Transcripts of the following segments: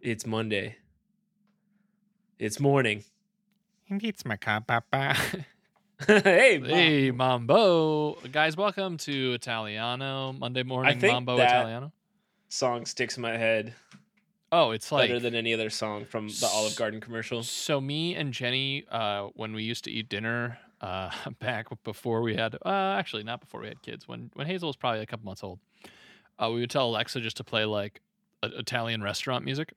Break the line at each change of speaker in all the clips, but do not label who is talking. It's Monday. It's morning.
It's my car, papa.
hey, Mom.
Hey, Mambo. Guys, welcome to Italiano Monday morning
think
Mambo
that-
Italiano.
song sticks in my head
Oh, it's like
better than any other song from the Olive Garden commercial.
so me and Jenny uh when we used to eat dinner uh back before we had uh actually not before we had kids when when Hazel was probably a couple months old. Uh we would tell Alexa just to play like uh, Italian restaurant music.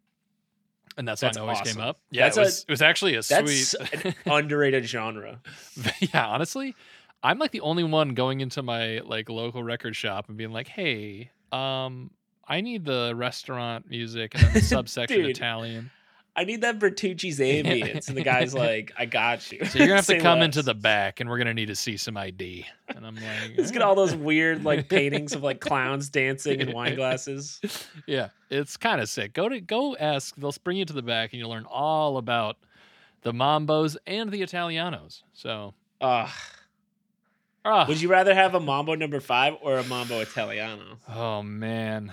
And that song
That's
always
awesome.
came up. Yeah,
That's
it,
a-
was, it was actually a
That's
sweet
an underrated genre.
yeah, honestly, I'm like the only one going into my like local record shop and being like, "Hey, um, I need the restaurant music and then the subsection
Dude.
Italian."
I need that Bertucci's ambience, and the guy's like, "I got you."
So you're gonna have to
Say
come
less.
into the back, and we're gonna need to see some ID. And I'm like, "Eh."
Let's get
"Alright."
all those weird like paintings of like clowns dancing and wine glasses.
yeah, it's kind of sick. Go to go ask. They'll bring you to the back, and you'll learn all about the Mambos and the Italianos. So,
Ugh.
ah,
Would you rather have a Mambo number five or a Mambo Italiano?
Oh man.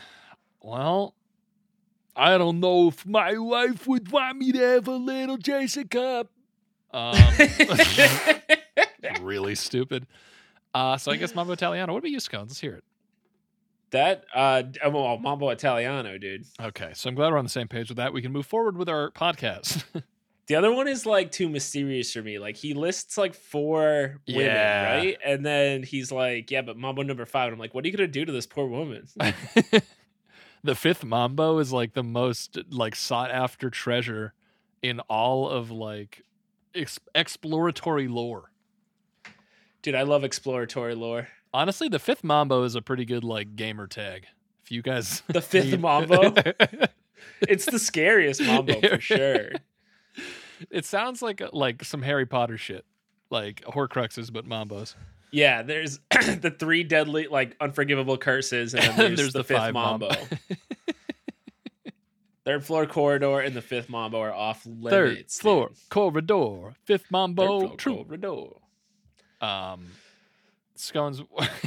Well, I don't know if my wife would want me to have a little Jason Cup. Um, really stupid. Uh, so I guess Mambo Italiano. What about you, Scones? Let's hear it.
that uh, d- well, Mambo Italiano, dude.
Okay, so I'm glad we're on the same page with that. We can move forward with our podcast.
The other one is like too mysterious for me. Like he lists like four women,
Yeah.
right? And then he's like, "Yeah, but Mambo number five. And I'm like, "What are you gonna do to this poor woman?"
the fifth Mambo is like the most like sought after treasure in all of like ex- exploratory lore.
Dude, I love exploratory lore.
Honestly, the fifth Mambo is a pretty good like gamer tag. If you guys
The fifth
need-
Mambo. It's the scariest Mambo
Yeah.
for sure.
it sounds like uh, like some Harry Potter shit, like Horcruxes but Mambos.
Yeah, there's the three deadly, like unforgivable curses, and then there's, the, fifth Mambo. Third floor corridor and the fifth Mambo are off
Third
limits. dude.
floor corridor, fifth
Third
Mambo.
floor
True.
corridor.
Um, scones.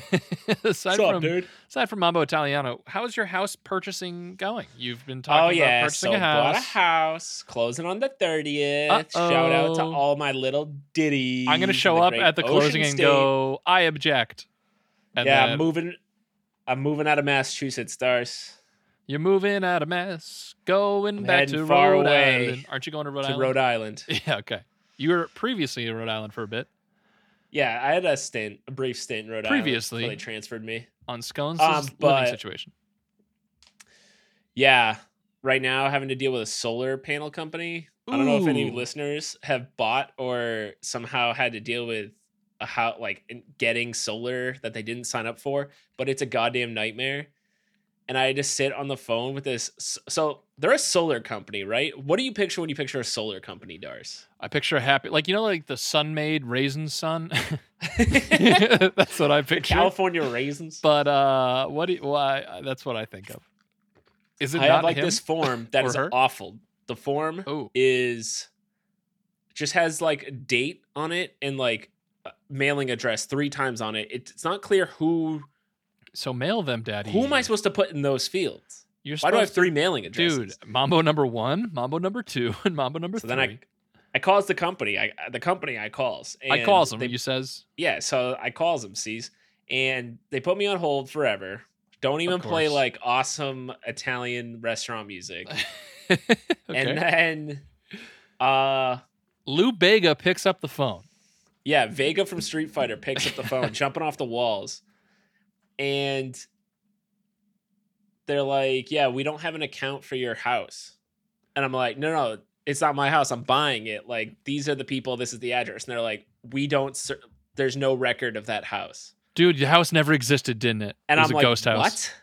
aside
What's up,
from
dude?
aside from Mambo Italiano, how is your house purchasing going? You've been
Oh
talking about
yeah, so
purchasing a
bought a
house.
house. Closing on the 30th Shout out to
Uh-oh.
all my little ditties.
I'm gonna
in
show up
great
at the
Ocean
closing and
State.
go. I object. And
yeah,
then-
I'm moving. I'm moving out of Massachusetts, stars.
You're moving out of mess, going
I'm
back
heading
to
far
Rhode
away
Island. Aren't you going to Rhode
To
Island?
Rhode Island.
yeah, okay. You were previously in Rhode Island for a bit
Yeah, I had a stint, a brief stint in Rhode
Previously.
Island. Previously, they transferred me.
on Scones'
Um, but-
living situation.
Yeah, right now having to deal with a solar panel company. I don't know if any
Ooh.
listeners have bought or somehow had to deal with a how like in- getting solar that they didn't sign up for, but it's a goddamn nightmare. And I just sit on the phone with this. s- So they're a solar company, right? What do you picture when you picture a solar company, Dars?
I picture a happy, like you know, like the sun made raisin sun. that's what I picture.
California raisins.
but uh, what? Do you, why? That's what I think of. Is it
I
not
have like
him?
this form that
Or
is
her?
awful. The form
Oh,
is just has like a date on it and like a mailing address three times on it. It's not clear who
so mail them, Daddy.
who am I supposed to put in those fields.
You're
Why do I have
supposed
three mailing
to-
addresses?
Dude, Mambo number one, Mambo number two, and Mambo number
so
three.
then I I calls the company. I uh, the company I calls. And
I calls him.
they-
you says
yeah, so I calls them. Sees and they put me on hold forever. Don't even play
course.
like awesome Italian restaurant music. And
okay.
then uh
Lou Bega picks up the phone.
Yeah, Vega from Street Fighter picks up the phone, jumping off the walls. And they're like, Yeah, we don't have an account for your house. And I'm like, No, no, it's not my house. I'm buying it. Like, these are the people. This is the address. And they're like, We don't, ser- there's no record of that house.
Dude, your house never existed, didn't it?
And
it was
I'm
a
like,
ghost house.
What?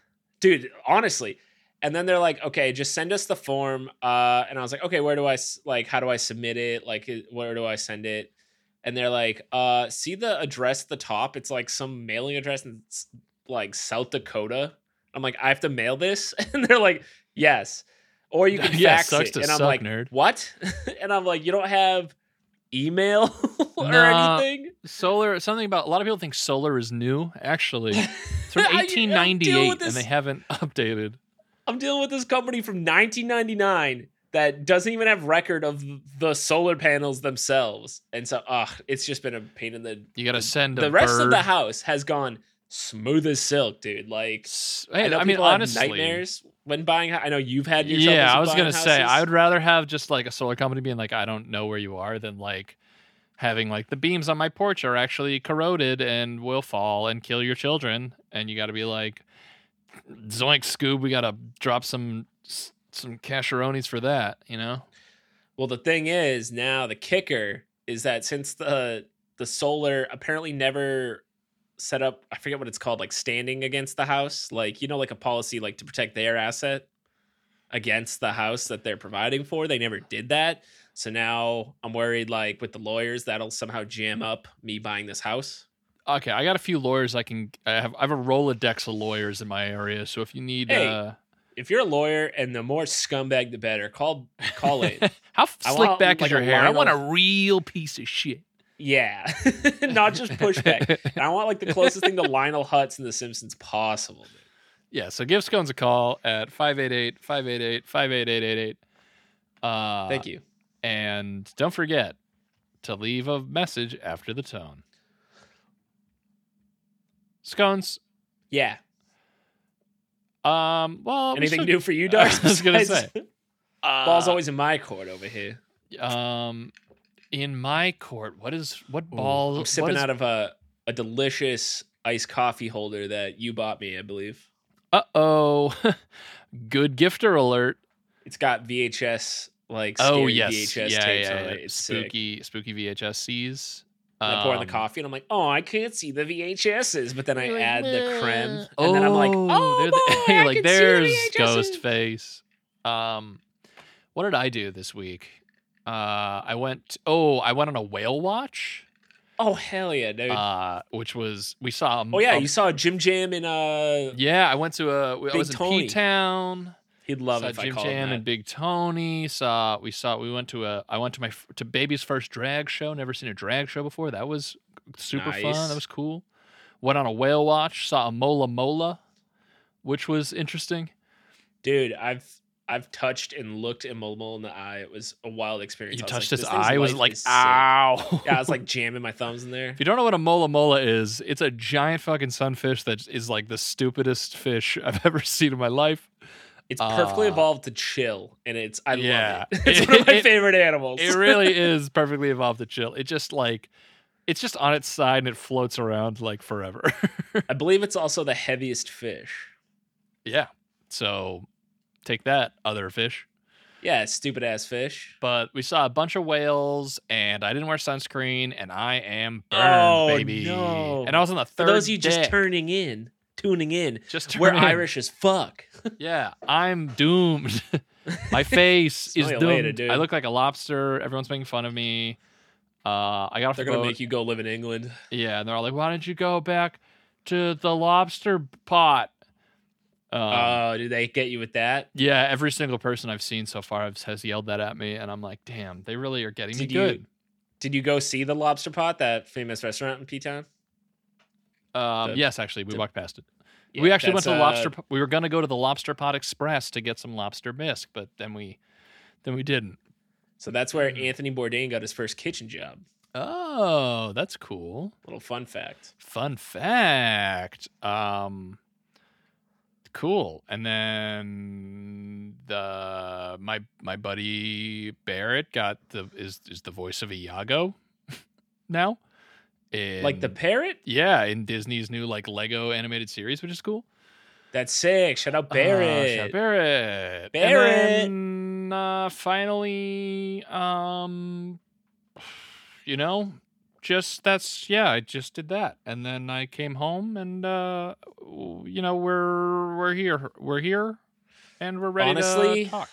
Dude, honestly. And then they're like, okay, just send us the form. Uh, and I was like, okay, where do I s- like? How do I submit it? Like, i- where do I send it? And they're like, uh, see the address at the top. It's like some mailing address in s- like South Dakota. I'm like, I have to mail this, and they're like, yes. Or you can
Yeah,
fax
sucks
it.
to
And I'm
suck,
like,
nerd.
what? and I'm like, you don't have email or
Nah.
anything.
Solar, something about a lot of people think solar is new. Actually, it's from
I- I'm dealing with
1898, and
this-
they haven't updated.
I'm dealing with this company from 1999 that doesn't even have record of the solar panels themselves. And so, ugh, it's just been a pain in the.
You got to send a
The rest of
bird.
the house has gone smooth as silk, dude. Like,
S-
I,
Hey,
know
I mean,
people have
honestly,
nightmares when buying. hou- I know you've had your troubles
yeah, I
with
was
buying
gonna say I
houses.
would rather have just like a solar company being like, I don't know where you are, than like having like the beams on my porch are actually corroded and will fall and kill your children, and you got to be like, Zoink, Scoob, we gotta drop some s- some casheronis for that, you know?
Well, the thing is now the kicker is that since the the solar apparently never set up, I forget what it's called, like standing against the house, like you know, like a policy like to protect their asset against the house that they're providing for. They never did that, so now I'm worried like with the lawyers that'll somehow jam up me buying this house.
Okay, I got a few lawyers I can. I have I have a rolodex of lawyers in my area, so if you need,
Hey,
uh,
If you're a lawyer and the more scumbag the better, call call it.
how
I
slick
want,
back
like,
is
a
your hair? I
line
want a
of-
real piece of shit.
Yeah, not just pushback. And I want like the closest thing to Lionel Hutz in The Simpsons possible. dude.
Yeah, so give Scones a call at 588-588-58888. Uh,
Thank you.
And don't forget to leave a message after the tone. Scones,
Yeah.
um, well, we
Anything
should-
new for you,
I
Dark?
was gonna
Besides-
uh,
ball's always in my court over here.
um, in my court, what is oh, what
Ooh,
ball?
I'm sipping out of a a delicious iced coffee holder that you bought me, I believe.
Uh oh, good gifter alert.
It's got VHS like
Oh
scary
yes,
VHS
yeah,
tapes
yeah,
on
yeah.
it. It's sick.
spooky, spooky VHSs.
And I pour in the
Um,
coffee and I'm like, oh, I can't see the VHSs, but then I
You're like,
add the creme, and
"Bleh."
then I'm like,
Oh,
oh,
they're the-
boy,
you're
I
like
can
there's
see the VHSs."
Ghostface. Um, what did I do this week? Uh, I went. Oh, I went on a whale watch,
Oh hell yeah, dude!
uh, which was we saw. a m-
oh yeah,
a-
you saw Jim Jam in uh,
yeah. I went to a. I
Big
was in
Tony.
P Town.
he'd love
saw
it if I
Jim
called
Jam
him
and
that.
Big Tony. Saw we saw we went to a. I went to my f- to baby's first drag show. Never seen a drag show before. That was super fun.
Nice.
That was cool. Went on a whale watch. Saw a mola mola, which was interesting.
dude. I've I've touched and looked Immobile in the eye. It was a wild experience.
You
I was
touched
like,
his
"This thing's
eye. Was
life
like, "Ah?"
is sick."
ow.
Yeah, I was like jamming my thumbs in there.
if you don't know what a mola mola is, it's a giant fucking sunfish that is like the stupidest fish I've ever seen in my life.
It's perfectly
Uh,
evolved to chill, and it's I
yeah.
love it. It's one of my
It-
favorite animals.
It really is perfectly evolved to chill. It just like, it's just on its side and it floats around like forever.
I believe it's also the heaviest fish.
yeah. So take that, other fish.
Yeah, stupid ass fish.
But we saw a bunch of whales and I didn't wear sunscreen and I am burned,
Oh,
baby.
no.
And I was on the
For
third
those of you just
day.
turning in, tuning in,
just
we're
turning.
Irish as fuck.
Yeah, I'm doomed. My face is
Smell
doomed.
you later, dude.
I look like a lobster. Everyone's making fun of me. Uh, I got off
They're
the
gonna
boat.
make you go live in England.
yeah, and they're all like, "Why don't you go back to the lobster pot?" Um,
Oh, did they get you with that?
yeah, every single person I've seen so far has, has yelled that at me, and I'm like, "Damn, they really are getting me
Did you-
good."
Did you go see the lobster pot, that famous restaurant in P Town?
Um,
the-
yes, actually, we
the-
walked past it. we
Yeah,
actually
that's,
went to the
uh,
lobster. Po- we were gonna go to the Lobster Pot Express to get some lobster bisque, but then we, then we didn't.
So that's where
Mm.
Anthony Bourdain got his first kitchen job.
Oh, that's cool.
Little fun fact.
Fun fact. Um cool. And then the my my buddy Barrett got the is is the voice of Iago now.
Like the
in-
parrot?
Yeah, in Disney's new like Lego animated series, which is cool.
That's sick. Shout out
Uh,
Barrett.
shout out Barrett. And
Barrett.
then, uh, finally, um, you know, just that's yeah. I just did that, and then I came home, and uh, you know, we're we're here, we're here, and we're ready
Honestly,
to talk.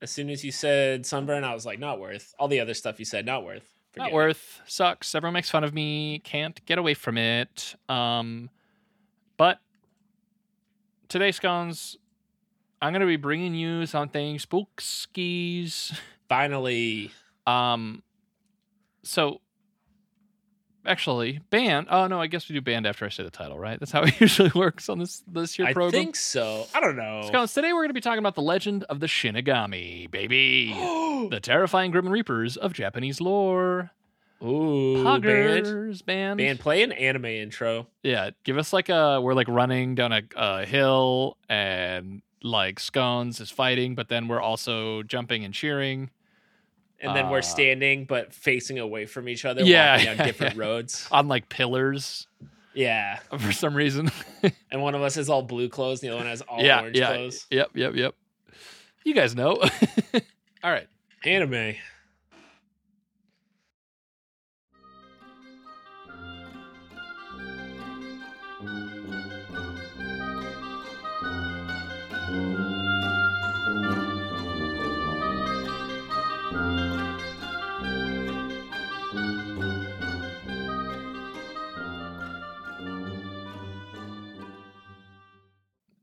As soon as you said sunburn, I was like, not worth. All the other stuff you said, not worth. Forget
Not
it.
worth. Sucks. Everyone makes fun of me. Can't get away from it. Um, but today, scones. I'm gonna be bringing you something spookskies.
Finally,
Um, so actually, band. Oh no, I guess we do band after I say the title, right? That's how it usually works on this this year
I
program.
think so. I don't know.
Scones, today we're going to be talking about the legend of the Shinigami, baby.
Ooh,
the terrifying Grim Reapers of Japanese lore.
band.
Poggers, man.
Band, play an anime intro.
Yeah, give us like a we're like running down a, a hill and like Scones is fighting, but then we're also jumping and cheering.
And then
Uh,
we're standing but facing away from each other,
Yeah,
walking
yeah,
down different
yeah. Ah.
roads.
on like pillars
Yeah.
for some reason.
And one of us is all blue clothes and the other one has all
yeah,
orange
yeah.
clothes.
Yep, yep, yep. You guys know. All right.
Anime.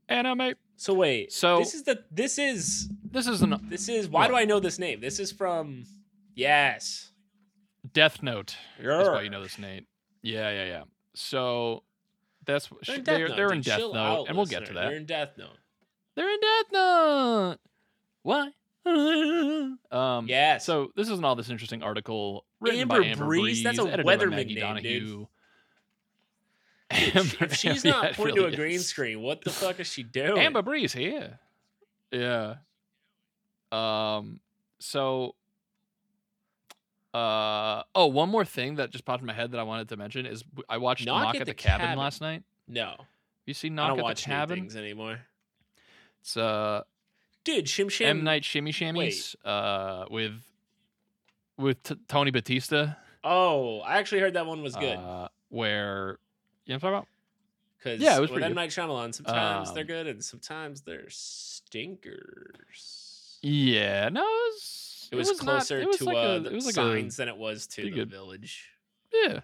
Anime.
So wait.
So-
this is the this is
This is an
this is why do
What?
I know this name? This is from Yes.
Death Note. That's why you
Yer.
know this, Nate. Yeah, yeah, yeah. So that's
They're in Death
they're,
Note,
they're in
dude.
Death
Chill
Note,
out,
and we'll get to
listener.
that.
They're in Death Note.
They're in Death Note. Why? Um,
Yes.
So this isn't all this interesting article written by
Amber
Amber
Breeze? That's a
edited by
weatherman
Maggie
name, dude.
Donahue.
If she- if she's not
yeah, it
pointing
really
to a green
is.
screen, what the fuck is she doing?
Amber Breeze here. Yeah. Um. So. Uh. Oh, one more thing that just popped in my head that I wanted to mention is w- I watched Knock, at, the, cabin, last night.
no.
You see
I
Knock
don't
at
watch
the
new
Cabin?
things anymore.
It's uh
Dude, Shim Shim.
M Night Shimmy Shammies uh with with T- Tony Batista.
Oh, I actually heard that one was good.
Uh, where you know what I'm talking about?
Because
yeah, it was
with
pretty
M.
good.
Night Shyamalan, sometimes they're
Um,
good and sometimes they're stinkers.
Yeah. No. It was,
It was,
not-
closer
it was
to
like
uh,
a,
the
it was like a
signs than it was to the
pretty good.
village.
Yeah.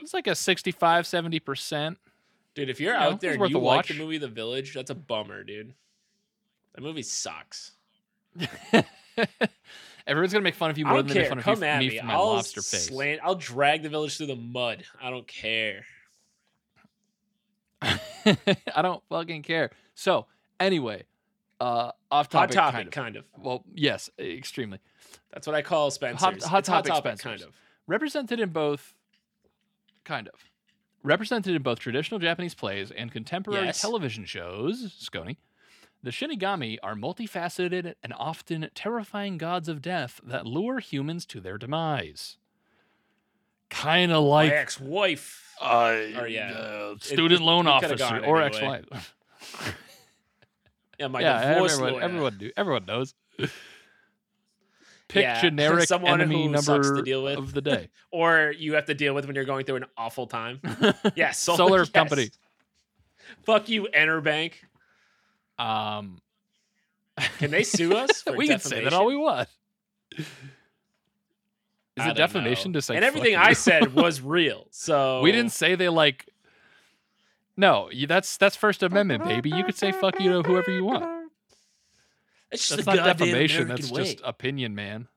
It's like a 65, 70%.
Dude, if you're
You know,
out
it's
there and
worth
you
a
like the
watch.
movie The Village, that's a bummer, dude. That movie sucks.
Everyone's going to make fun of you
I
more
don't
than they
care.
make fun
Come
of you-
at
me,
me.
for my
I'll
lobster face.
slant. I'll drag the village through the mud. I don't care.
I don't fucking care. So, anyway, uh, off
Hot
topic.
topic,
kind of.
kind of.
Well, yes, extremely.
That's what I call Spencer's.
Hot-
It's
Hot Topic
kind
Spencer's.
of.
represented in both kind of represented in both traditional japanese plays and contemporary
Yes.
television shows scony the shinigami are multifaceted and often terrifying gods of death that lure humans to their demise kind of
My
like
ex-wife.
uh,
or yeah,
uh,
it-
student
it-
loan
it coulda
officer
gone
or
anyway.
ex-wife
Yeah, my
yeah
divorce
everyone,
lawyer.
everyone, do, everyone knows pick
Yeah,
generic
someone
enemy
who sucks to
number
deal with.
of the day
Or you have to deal with when you're going through an awful time. Yeah, solar,
Solar
yes.
company.
Fuck you, Enerbank.
um
Can they sue us? For
we can say that all we want. Is
defamation? I
it
don't
defamation
know.
to say?
And
fuck
everything
you?
I said was real. So
we didn't say they like. No, you- that's that's First Amendment, baby. You could say fuck you to whoever you want.
It's just
That's
the
not
goddamn
defamation.
American
That's
way.
just opinion, man.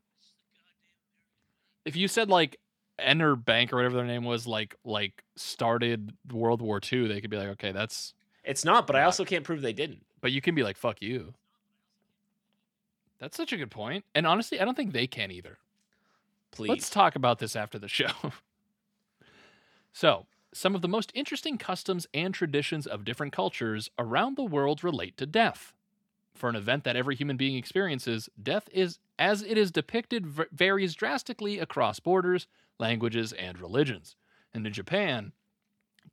If you said like Enter Bank or whatever their name was, like like started World War II, they could be like, okay, that's.
It's not, but I
Not.
also can't prove they didn't.
But you can be like, fuck you. That's such a good point. And honestly, I don't think they can either.
Please.
Let's talk about this after the show. so, some of the most interesting customs and traditions of different cultures around the world relate to death. For an event that every human being experiences, death is, as it is depicted, v- varies drastically across borders, languages, and religions. And in Japan,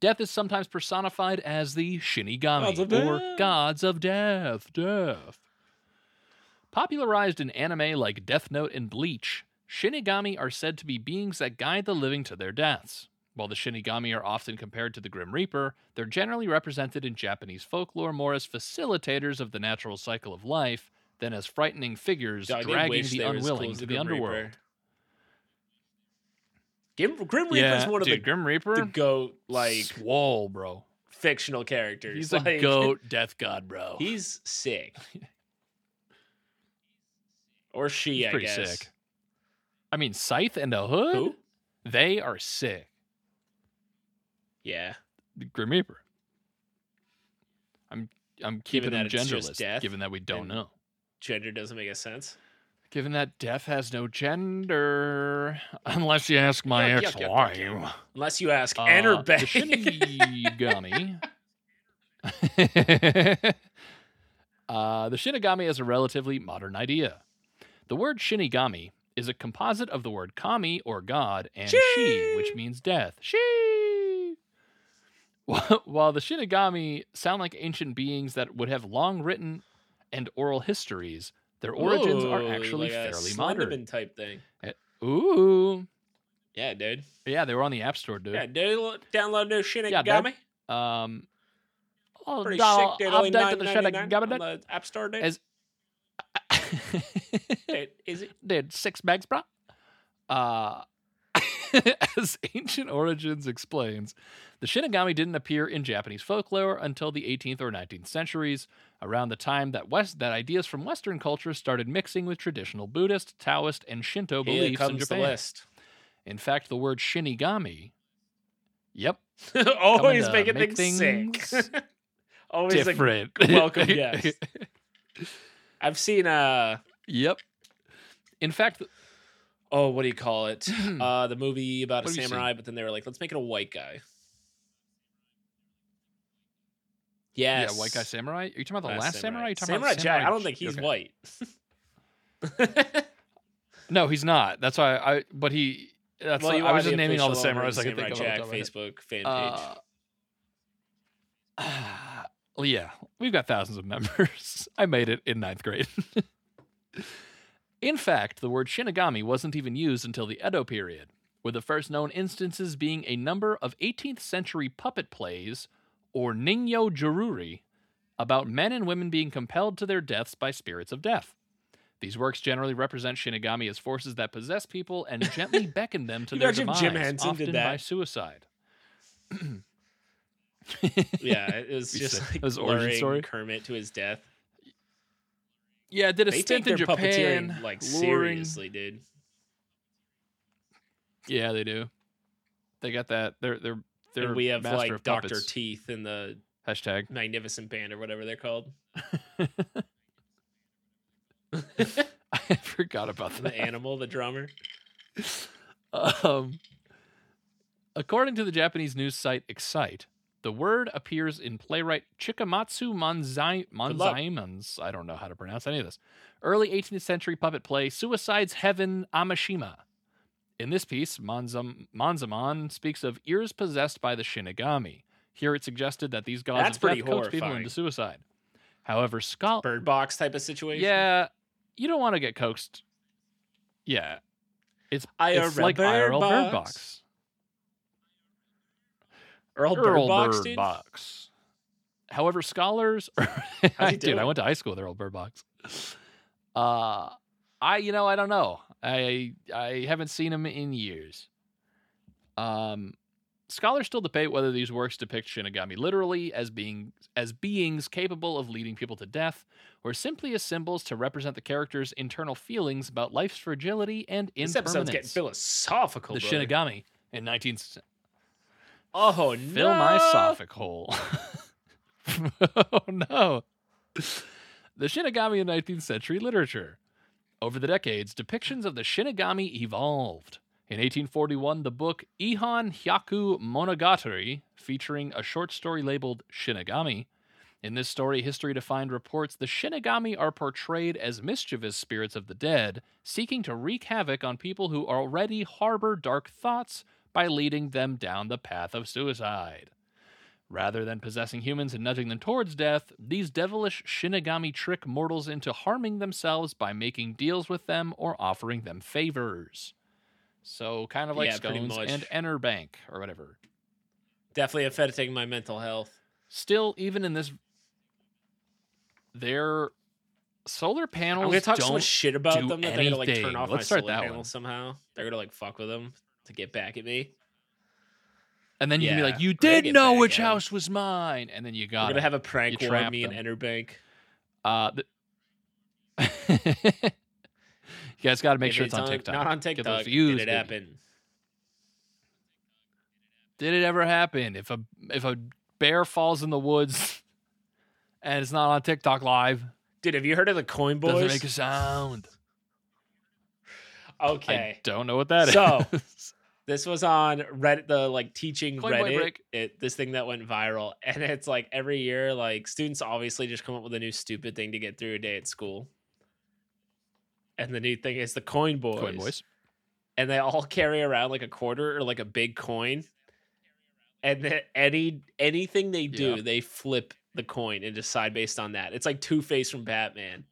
death is sometimes personified as the Shinigami
Gods of
or
death.
gods of death. Death. Popularized in anime like Death Note and Bleach, Shinigami are said to be beings that guide the living to their deaths. While the Shinigami are often compared to the Grim Reaper, they're generally represented in Japanese folklore more as facilitators of the natural cycle of life than as frightening figures
Dog, they
dragging
wish
the
they were as
unwilling
close
to the
Grim Reaper.
underworld.
Grim, Grim Reaper is one of
dude, Grim
the,
Reaper,
the goat like
swole, bro.
fictional characters.
He's
like,
a goat death god, bro.
He's sick. Or she,
He's
I
pretty
guess.
sick. I mean, scythe and a hood.
Who?
They are sick.
Yeah.
The Grim Reaper. I'm I'm keeping
that
them
it's just
genderless,
death
given that we don't
and-
know.
Gender doesn't make a sense.
Given that death has no gender, unless you ask my
Yuck, yuck,
ex
yuck,
wife.
yuck, yuck. Unless you ask
Uh,
Enerbeck.
the Shinigami. uh, the Shinigami is a relatively modern idea. The word Shinigami is a composite of the word kami or god and she,
She.
which means death. She. Wh- While the Shinigami sound like ancient beings that would have long written and oral histories, their origins are
Ooh,
actually
like a
fairly
Slenderman
modern.
type thing.
Ooh.
Yeah, dude.
Yeah, they were on the App Store, dude.
Yeah, do- download new Shinigami.
Yeah, they're Um, oh,
Pretty
no,
sick, dude. Only
I'm down to the
$9.99
Shinigami, dude.
on the App Store, dude.
As-
Dude, is it?
Dude, six bags, bro. Uh, as Ancient Origins explains, the Shinigami didn't appear in Japanese folklore until the 18th or 19th centuries, around the time that West that ideas from Western culture started mixing with traditional Buddhist, Taoist, and Shinto
Here
beliefs in
comes the
Japan.
list.
In fact, the word Shinigami, yep, coming
Always
to
making
make
things,
things
sick. Always like-
different.
welcome guest. I've seen uh
yep. In fact,
oh what do you call it?
Hmm.
Uh the movie about a
What have you
samurai, but then they were like, let's make it a white guy. Yes.
Yeah, White Guy Samurai. Are you talking about the
Uh,
last samurai? You're talking
Samurai
about
Jack. I don't think
J-
he's
okay.
white.
No, he's not. That's why I. But he. That's
Well,
why
you
I
are
was just
the
naming all the
official owner
samurais
of
I could think of.
Samurai
off the top of my head.
Jack Facebook fan page.
Uh, well, yeah, we've got thousands of members. I made it in ninth grade. in fact, the word Shinigami wasn't even used until the Edo period, with the first known instances being a number of 18th century puppet plays, or Ninyo Jururi, about men and women being compelled to their deaths by spirits of death. These works generally represent Shinigami as forces that possess people and gently beckon them to
You
their
imagine
demise,
Jim Henson
often
did
by
that?
suicide.
yeah, it was
Be
just
sick.
like
That was origin
luring
story.
Kermit to his death.
Yeah, I did a
They take
stint
their
in Japan.
puppeteering like
luring-
seriously, dude.
Yeah, they do. They got that. They're they're they're.
And we have
master
like
of
Doctor
puppets.
Teeth and the
Hashtag.
Magnificent Band or whatever they're called.
I forgot about
And the
that.
animal, the drummer.
Um, according to the Japanese news site Excite, the word appears in playwright Chikamatsu Manzai-
luck.
Manzaiman's. I don't know how to pronounce any of this. Early 18th century puppet play Suicide's Heaven Amashima. In this piece, Manzam- Manzaman speaks of ears possessed by the Shinigami. Here it suggested that these gods
That's
of death
pretty
coax people
horrifying.
into suicide. However, Skull.
Bird box type of situation.
Yeah, you don't want to get coaxed. Yeah,
IRL
it's like IRL Bird Box.
Earl Oh, Bird Box, dude.
Box. However, scholars,
he
dude,
do
I
it?
went to high school with Earl Bird Box. Uh, I, you know, I don't know. I, I haven't seen him in years. Um, scholars still debate whether these works depict Shinigami literally as being as beings capable of leading people to death, or simply as symbols to represent the character's internal feelings about life's fragility and
This
impermanence.
episode's getting philosophical.
the
brother.
Shinigami in 19th
Oh no!
Fill my sophic hole. oh no. The Shinigami in 19th century literature. Over the decades, depictions of the Shinigami evolved. In 1841, the book Ihon Hyaku Monogatari, featuring a short story labeled Shinigami. In this story, History Defined reports the Shinigami are portrayed as mischievous spirits of the dead, seeking to wreak havoc on people who already harbor dark thoughts by leading them down the path of suicide. Rather than possessing humans and nudging them towards death, these devilish Shinigami trick mortals into harming themselves by making deals with them or offering them favors. So, kind of like
Yeah, pretty
Scones
much.
and Enerbank or whatever.
Definitely affecting my mental health.
Still, even in this, their solar panels
I'm gonna talk
don't
so much shit about
do
them that they're gonna like turn
anything.
off
Let's
my
start
solar
that
panel
one.
somehow. They're gonna like fuck with them to get back at me.
And then you can be like,
Yeah,
you
we're gonna
did
get
know
back
which
at 'em."
house was mine. And then you
We're
got
gonna
it.
have a prank
You
war
trap
on me and Enerbank.
uh, the... You guys got to make
If
sure it's, on
on-
TikTok.
Not on
those
TikTok.
views,
Did it
baby.
happen?
Did it ever happen? If a if a bear falls in the woods and it's not on TikTok live,
Dude, have you heard of the Coin
doesn't
Boys?
make a sound. I
okay.
don't know what that is.
So, This was on Reddit, the like teaching
Coin boy
Reddit,
break.
it, this thing that went viral. And it's like every year, like students obviously just come up with a new stupid thing to get through a day at school. And the new thing is the Coin Boys.
Coin voice.
and they all carry around like a quarter or like a big coin. And then any anything they do,
Yeah.
they flip the coin and decide based on that. It's like Two Face from Batman,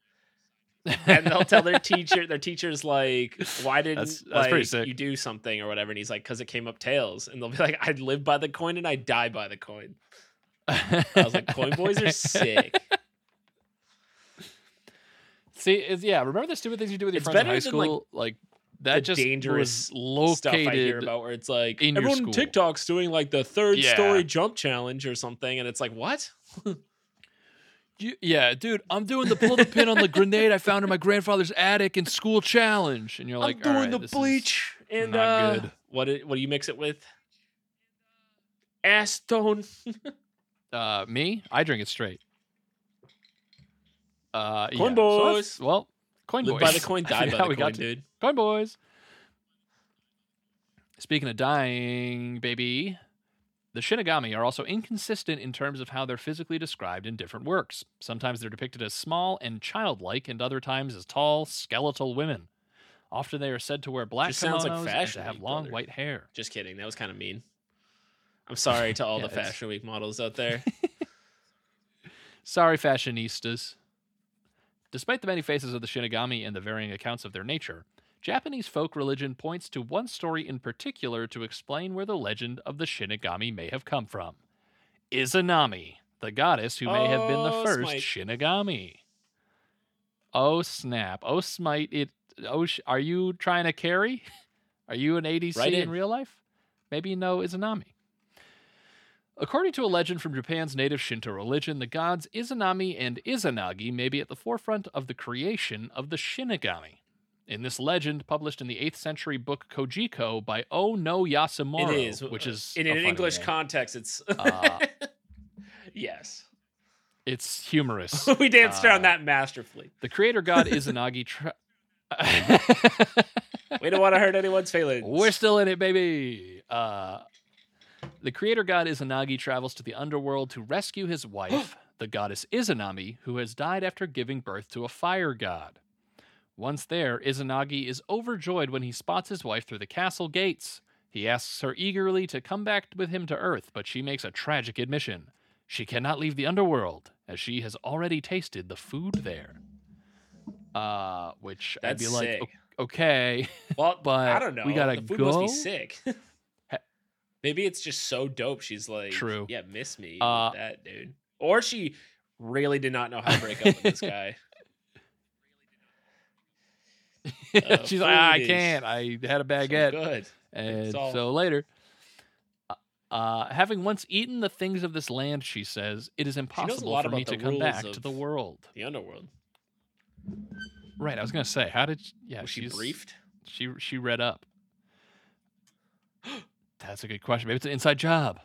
and they'll tell their teacher. Their teacher's like, "Why didn't
That's- that's pretty
like,
sick.
you do something or whatever?" And he's like, "Cause it came up tails." And they'll be like, "I'd live by the coin and I die by the coin."
I
I was like, "Coin boys are sick."
See, it's, yeah, remember the stupid things you do with your
It's
friends in
better
high
than, like,
school? Like,
the
that just
dangerous
dangerous was
Stuff I hear
located.
about where it's like
in your
everyone on
school.
TikTok's doing like the third
Yeah.
story jump challenge or something, and it's like, what?
You- yeah, dude, I'm doing the pull the pin on the grenade I found in my grandfather's attic in school challenge, and you're like,
I'm doing
"All right,
the
this is-
bleach and
not
uh,
good.
what it, what do you mix it with? Acetone.
Uh, me, I drink it straight. Uh, yeah.
Coin
So
boys.
that's- well, coin
Live
boys.
by the coin,
I
die
forget
by
how
the
we
coin,
got to
dude.
coin boys. Speaking of dying, baby, the Shinigami are also inconsistent in terms of how they're physically described in different works. Sometimes they're depicted as small and childlike, and other times as tall, skeletal women. Often they are said to wear black
Just sounds like
kimonos and
Fashion
to have
Week,
long
brother.
white hair.
Just kidding. That was kind of mean. I'm sorry to all
Yeah,
the
it's-
Fashion Week models out there.
Sorry, fashionistas. Despite the many faces of the Shinigami and the varying accounts of their nature, Japanese folk religion points to one story in particular to explain where the legend of the Shinigami may have come from. Izanami, the goddess who may have been the
Oh,
first
Smite.
Shinigami. Oh snap! Oh smite! It. Oh, sh- are you trying to carry? Are you an ADC
Right
in
in.
real life? Maybe you know Izanami. According to a legend from Japan's native Shinto religion, the gods Izanami and Izanagi may be at the forefront of the creation of the Shinigami. In this legend, published in the 8th century book Kojiko by Oh no Yasumaro,
it is,
which is
in
a
an
funny
English
name.
context, it's
Uh,
yes.
it's humorous.
we danced around
uh,
that masterfully.
The creator god Izanagi. Tra-
We don't want to hurt anyone's feelings.
We're still in it, baby. Uh, the creator god Izanagi travels to the underworld to rescue his wife, the goddess Izanami, who has died after giving birth to a fire god. Once there, Izanagi is overjoyed when he spots his wife through the castle gates. He asks her eagerly to come back with him to Earth, but she makes a tragic admission. She cannot leave the underworld, as she has already tasted the food there. Uh, which
That's
I'd be like,
sick.
"O- okay.
well,
but
I don't know.
we gotta
the food must
go?
be sick. Maybe it's just so dope. She's like,
True.
Yeah, miss me
Uh,
with that dude. Or she really did not know how to break up with this guy. Uh,
She's like, "Ah,
food
I
is
can't. I had
So
a baguette.
good.
And
all-
so later, uh, uh, having once eaten the things of this land, she says, it is impossible
lot
for me
about
to
the
come
rules
back to
of-
the world.
The underworld.
Right. I was going to say, how did, sh- yeah,
Was she
she's-
briefed?
She, she read up. That's a good question. Maybe it's an inside job.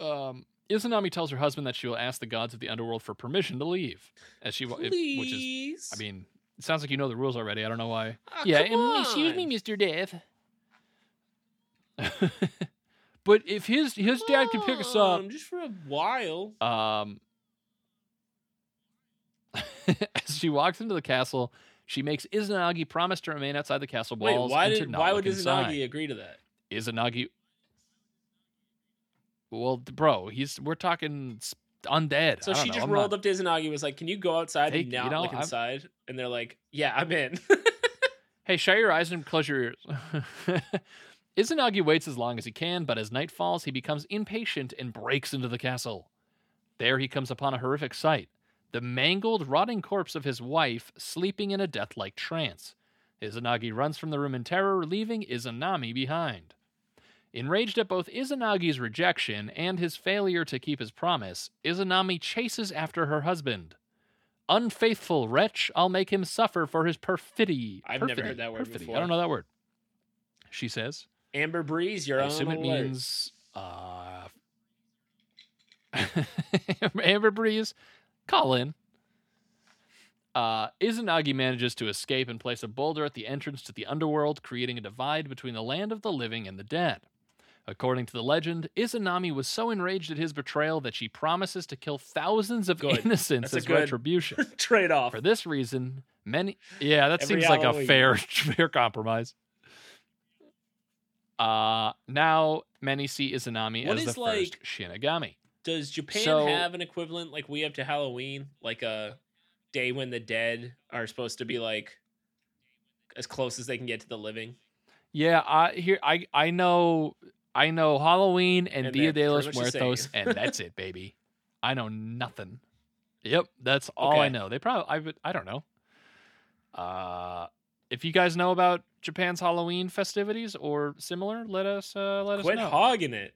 Um, Izanami tells her husband that she will ask the gods of the underworld for permission to leave, as she, wa- if- which is,
Please.
I mean, it sounds like you know the rules already. I don't know why
Ah,
yeah,
come
um, excuse me,
on.
Mr. Death. but if his his dad can pick us up,
Come, Just for a while.
um, as she walks into the castle, she makes Izanagi promise to remain outside the castle
Wait,
walls.
why
and to
did
not
why
look
would
inside.
Izanagi agree to that?
Izanagi. Well, th- bro, he's we're talking s- undead.
So
I don't
she
know,
just
I'm
rolled
not-
up to Izanagi and was like, "Can you go outside
Hey,
and
you
not
know,
look
I'm-
inside?" And they're like, "Yeah, I'm in."
Hey, shut your eyes and close your ears. Izanagi waits as long as he can, but as night falls, he becomes impatient and breaks into the castle. There he comes upon a horrific sight the mangled, rotting corpse of his wife sleeping in a death like trance. Izanagi runs from the room in terror, leaving Izanami behind. Enraged at both Izanagi's rejection and his failure to keep his promise, Izanami chases after her husband. Unfaithful wretch, I'll make him suffer for his perfidy.
I've never
perfidy,
heard that word
perfidy.
before.
I don't know that word. She says,
Amber Breeze, you're
I
on
assume it
alert.
means uh, Amber Breeze. Call in. Uh, Izanagi manages to escape and place a boulder at the entrance to the underworld, creating a divide between the land of the living and the dead. According to the legend, Izanami was so enraged at his betrayal that she promises to kill thousands of
Good.
innocents
That's a
as
good-
retribution.
trade off.
For this reason, many yeah, that
Oh. Every
seems like a
Halloween.
fair fair compromise. Uh now many see Izanami
What
as
is,
the
like-
first Shinigami.
Does Japan
So-
have an equivalent like we have to Halloween, like a day when the dead are supposed to be like as close as they can get to the living?
Yeah, I here I I know I know Halloween and,
And
Dia
they're
de los
pretty much the
Muertos,
same.
and that's it, baby. I know nothing. Yep, that's all I
Okay.
know. They probably I would I don't know. Uh, if you guys know about Japan's Halloween festivities or similar, let us uh, let
Quit
us know.
hogging it.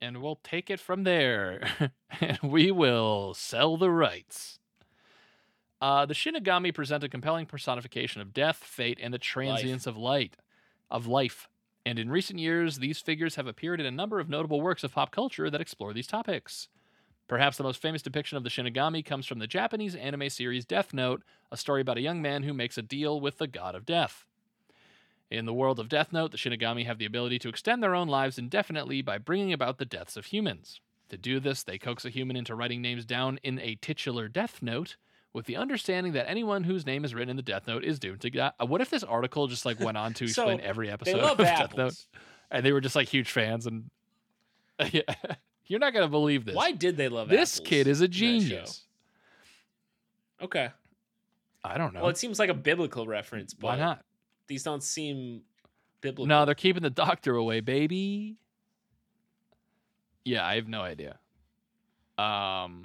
and we'll take it from there. and we will sell the rights. Uh, the Shinigami present a compelling personification of death, fate, and the transience of light, of life. And in recent years, these figures have appeared in a number of notable works of pop culture that explore these topics. Perhaps the most famous depiction of the Shinigami comes from the Japanese anime series Death Note, a story about a young man who makes a deal with the god of death. In the world of Death Note, the Shinigami have the ability to extend their own lives indefinitely by bringing about the deaths of humans. To do this, they coax a human into writing names down in a titular Death Note with the understanding that anyone whose name is written in the Death Note is doomed to die. Uh, What if this article just like went on to
So,
explain every episode
They love
of Death Note?
apples.
and they were just like huge fans and yeah. you're not gonna believe this
Why did they love
this
apples
kid is a
in that show?
genius
Okay.
i don't know
Well, it seems like a biblical reference, but
why not
these don't seem biblical.
no they're keeping the doctor away baby yeah i have no idea um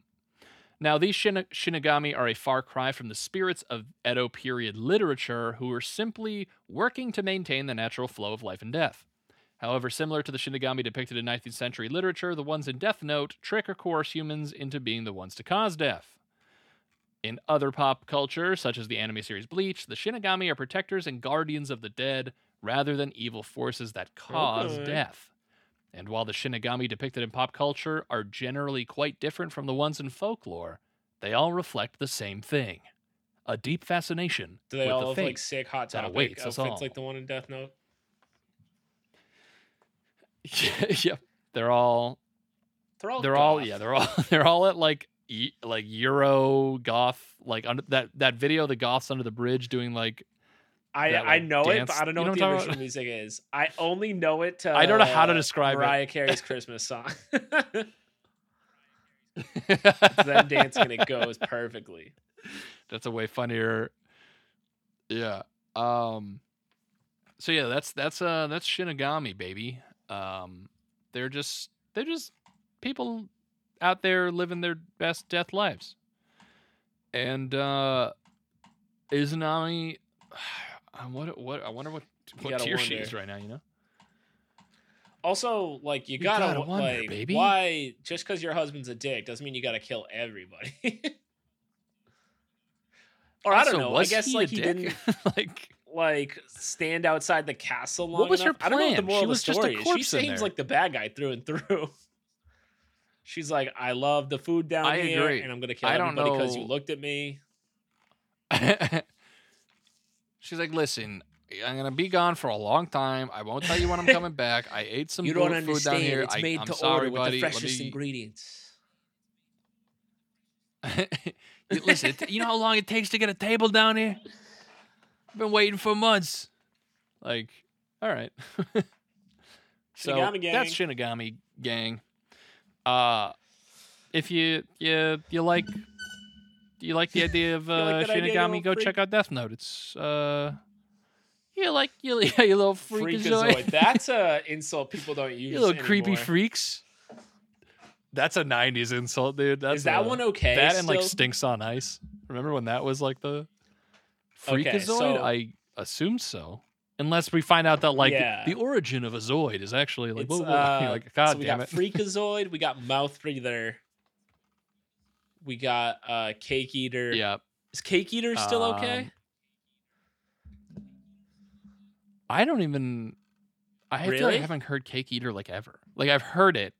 now these Shin- shinigami are a far cry from the spirits of edo period literature who are simply working to maintain the natural flow of life and death However, similar to the Shinigami depicted in 19th century literature, the ones in Death Note trick or coerce humans into being the ones to cause death. In other pop culture, such as the anime series Bleach, the Shinigami are protectors and guardians of the dead rather than evil forces that cause
Okay.
death. And while the Shinigami depicted in pop culture are generally quite different from the ones in folklore, they all reflect the same thing a deep fascination
do they
with
all
the
have
fate.
like sick hot
that
topic
awaits us
outfits like
all.
the one in Death Note?
yep. They're all
They're all
they're all
goth.
yeah they're all they're all at like e- like euro goth like under that that video the goths under the bridge doing like
I,
that,
I
like,
know it,
dance-
but I don't know
you
what
know
the
what I'm
original music is. I only know it. To,
I don't know how to
uh,
describe it.
Mariah Carey's Christmas song. them dancing and it goes perfectly.
that's a way funnier yeah um so yeah that's that's uh that's shinigami baby um they're just they're just people out there living their best death lives and uh izanami i wonder what i wonder what what
gotta
tier she
wonder.
is right now you know
Also, like you
You
gotta,
gotta
wa-
wonder,
like
baby.
why just because your husband's a dick doesn't mean you gotta kill everybody. or I
Also,
don't know. I
was
guess
he a
like he
dick?
didn't
like
like stand outside the castle long
What was her
enough. I don't know what the
plan?
moral
She
of
was
the
just a
story is. She
corpse in
seems
there.
like the bad guy through and through. She's like, I love the food down
I
here,
agree.
and I'm gonna kill
I don't
everybody because you
know-
looked at me.
she's like, listen, I'm gonna be gone for a long time. I won't tell you when I'm coming back. I ate some
you
bu-
don't
food
understand.
down here.
It's
I,
made
am
to
sorry,
order with
buddy.
the
Let
freshest
me-
ingredients.
You- listen, it- you know how long it takes to get a table down here? I've been waiting for months. Like, all right. so
Shinigami
that's Shinigami gang. Uh if you you you like you like the idea of
like
uh,
that idea, you
Shinigami,
little
go
freak?
check out Death Note. It's uh you like you, yeah, you little freakazoid.
Freakazoid. That's a insult people don't use.
you little creepy
anymore.
freaks. That's a '90s insult, dude. That's
Is that
a-
one okay?
that and like
still?
stinks on ice. Remember when that was like the freakazoid?
Okay, so-
I assume so. Unless we find out that like
Yeah.
the origin of a Zoid is actually like,
It's,
whoa, whoa, whoa.
uh,
You're like God
so we
damn
got
it.
Freakazoid, we got Mouth Breather, we got uh Cake Eater.
yeah.
Is Cake Eater still okay?
Um, I don't even I feel like
Really?
I haven't heard Cake Eater like ever. Like I've heard it,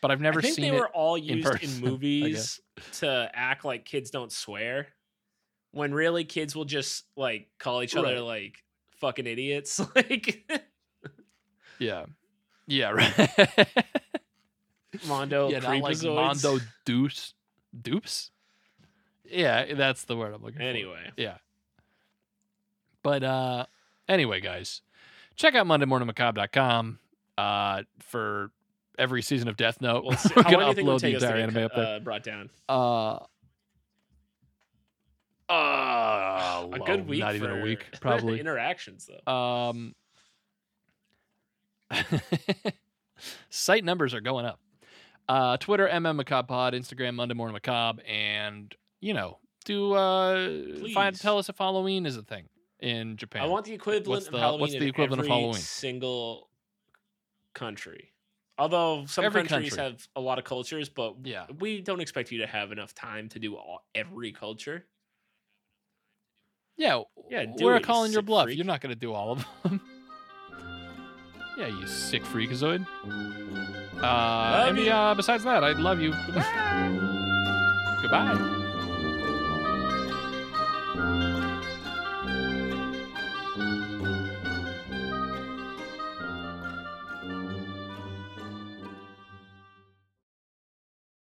but I've never
I think
seen
they
it.
were all used in,
person, I
movies to act like kids don't swear, when really kids will just like call each other
Right.
like fucking idiots. Like
Yeah, yeah, right.
Mondo,
yeah, not like
creepazoids.
Mondo Deuce, Dupes. Yeah, that's the word I'm looking for.
Anyway,
Yeah. But uh anyway, guys, check out MondayMorningMacabre.com uh for every season of Death Note.
well, see,
We're
how long do you think it
gonna
would
upload the
take us to
entire
get
anime
cut-
up there.
uh, brought down?
Uh, uh
a
well,
good week.
Not even a
for
week, probably.
interactions though.
Um, site numbers are going up. Uh, Twitter MM Macabre Pod, Instagram Monday Morning Macabre, and you know, do uh, find
Please.
tell us if Halloween is a thing in Japan.
I want the equivalent
What's
of
the-
Halloween
what's the
in
equivalent of
every
Halloween?
single country. Although some
Every
countries
country.
have a lot of cultures, but
yeah,
we don't expect you to have enough time to do all, every culture.
yeah,
Yeah, do
We're
it, you
calling your
sick
bluff.
freak.
You're not gonna do all of them. yeah, you sick freakazoid. Uh, and
you.
yeah, besides that, I love you. Goodbye.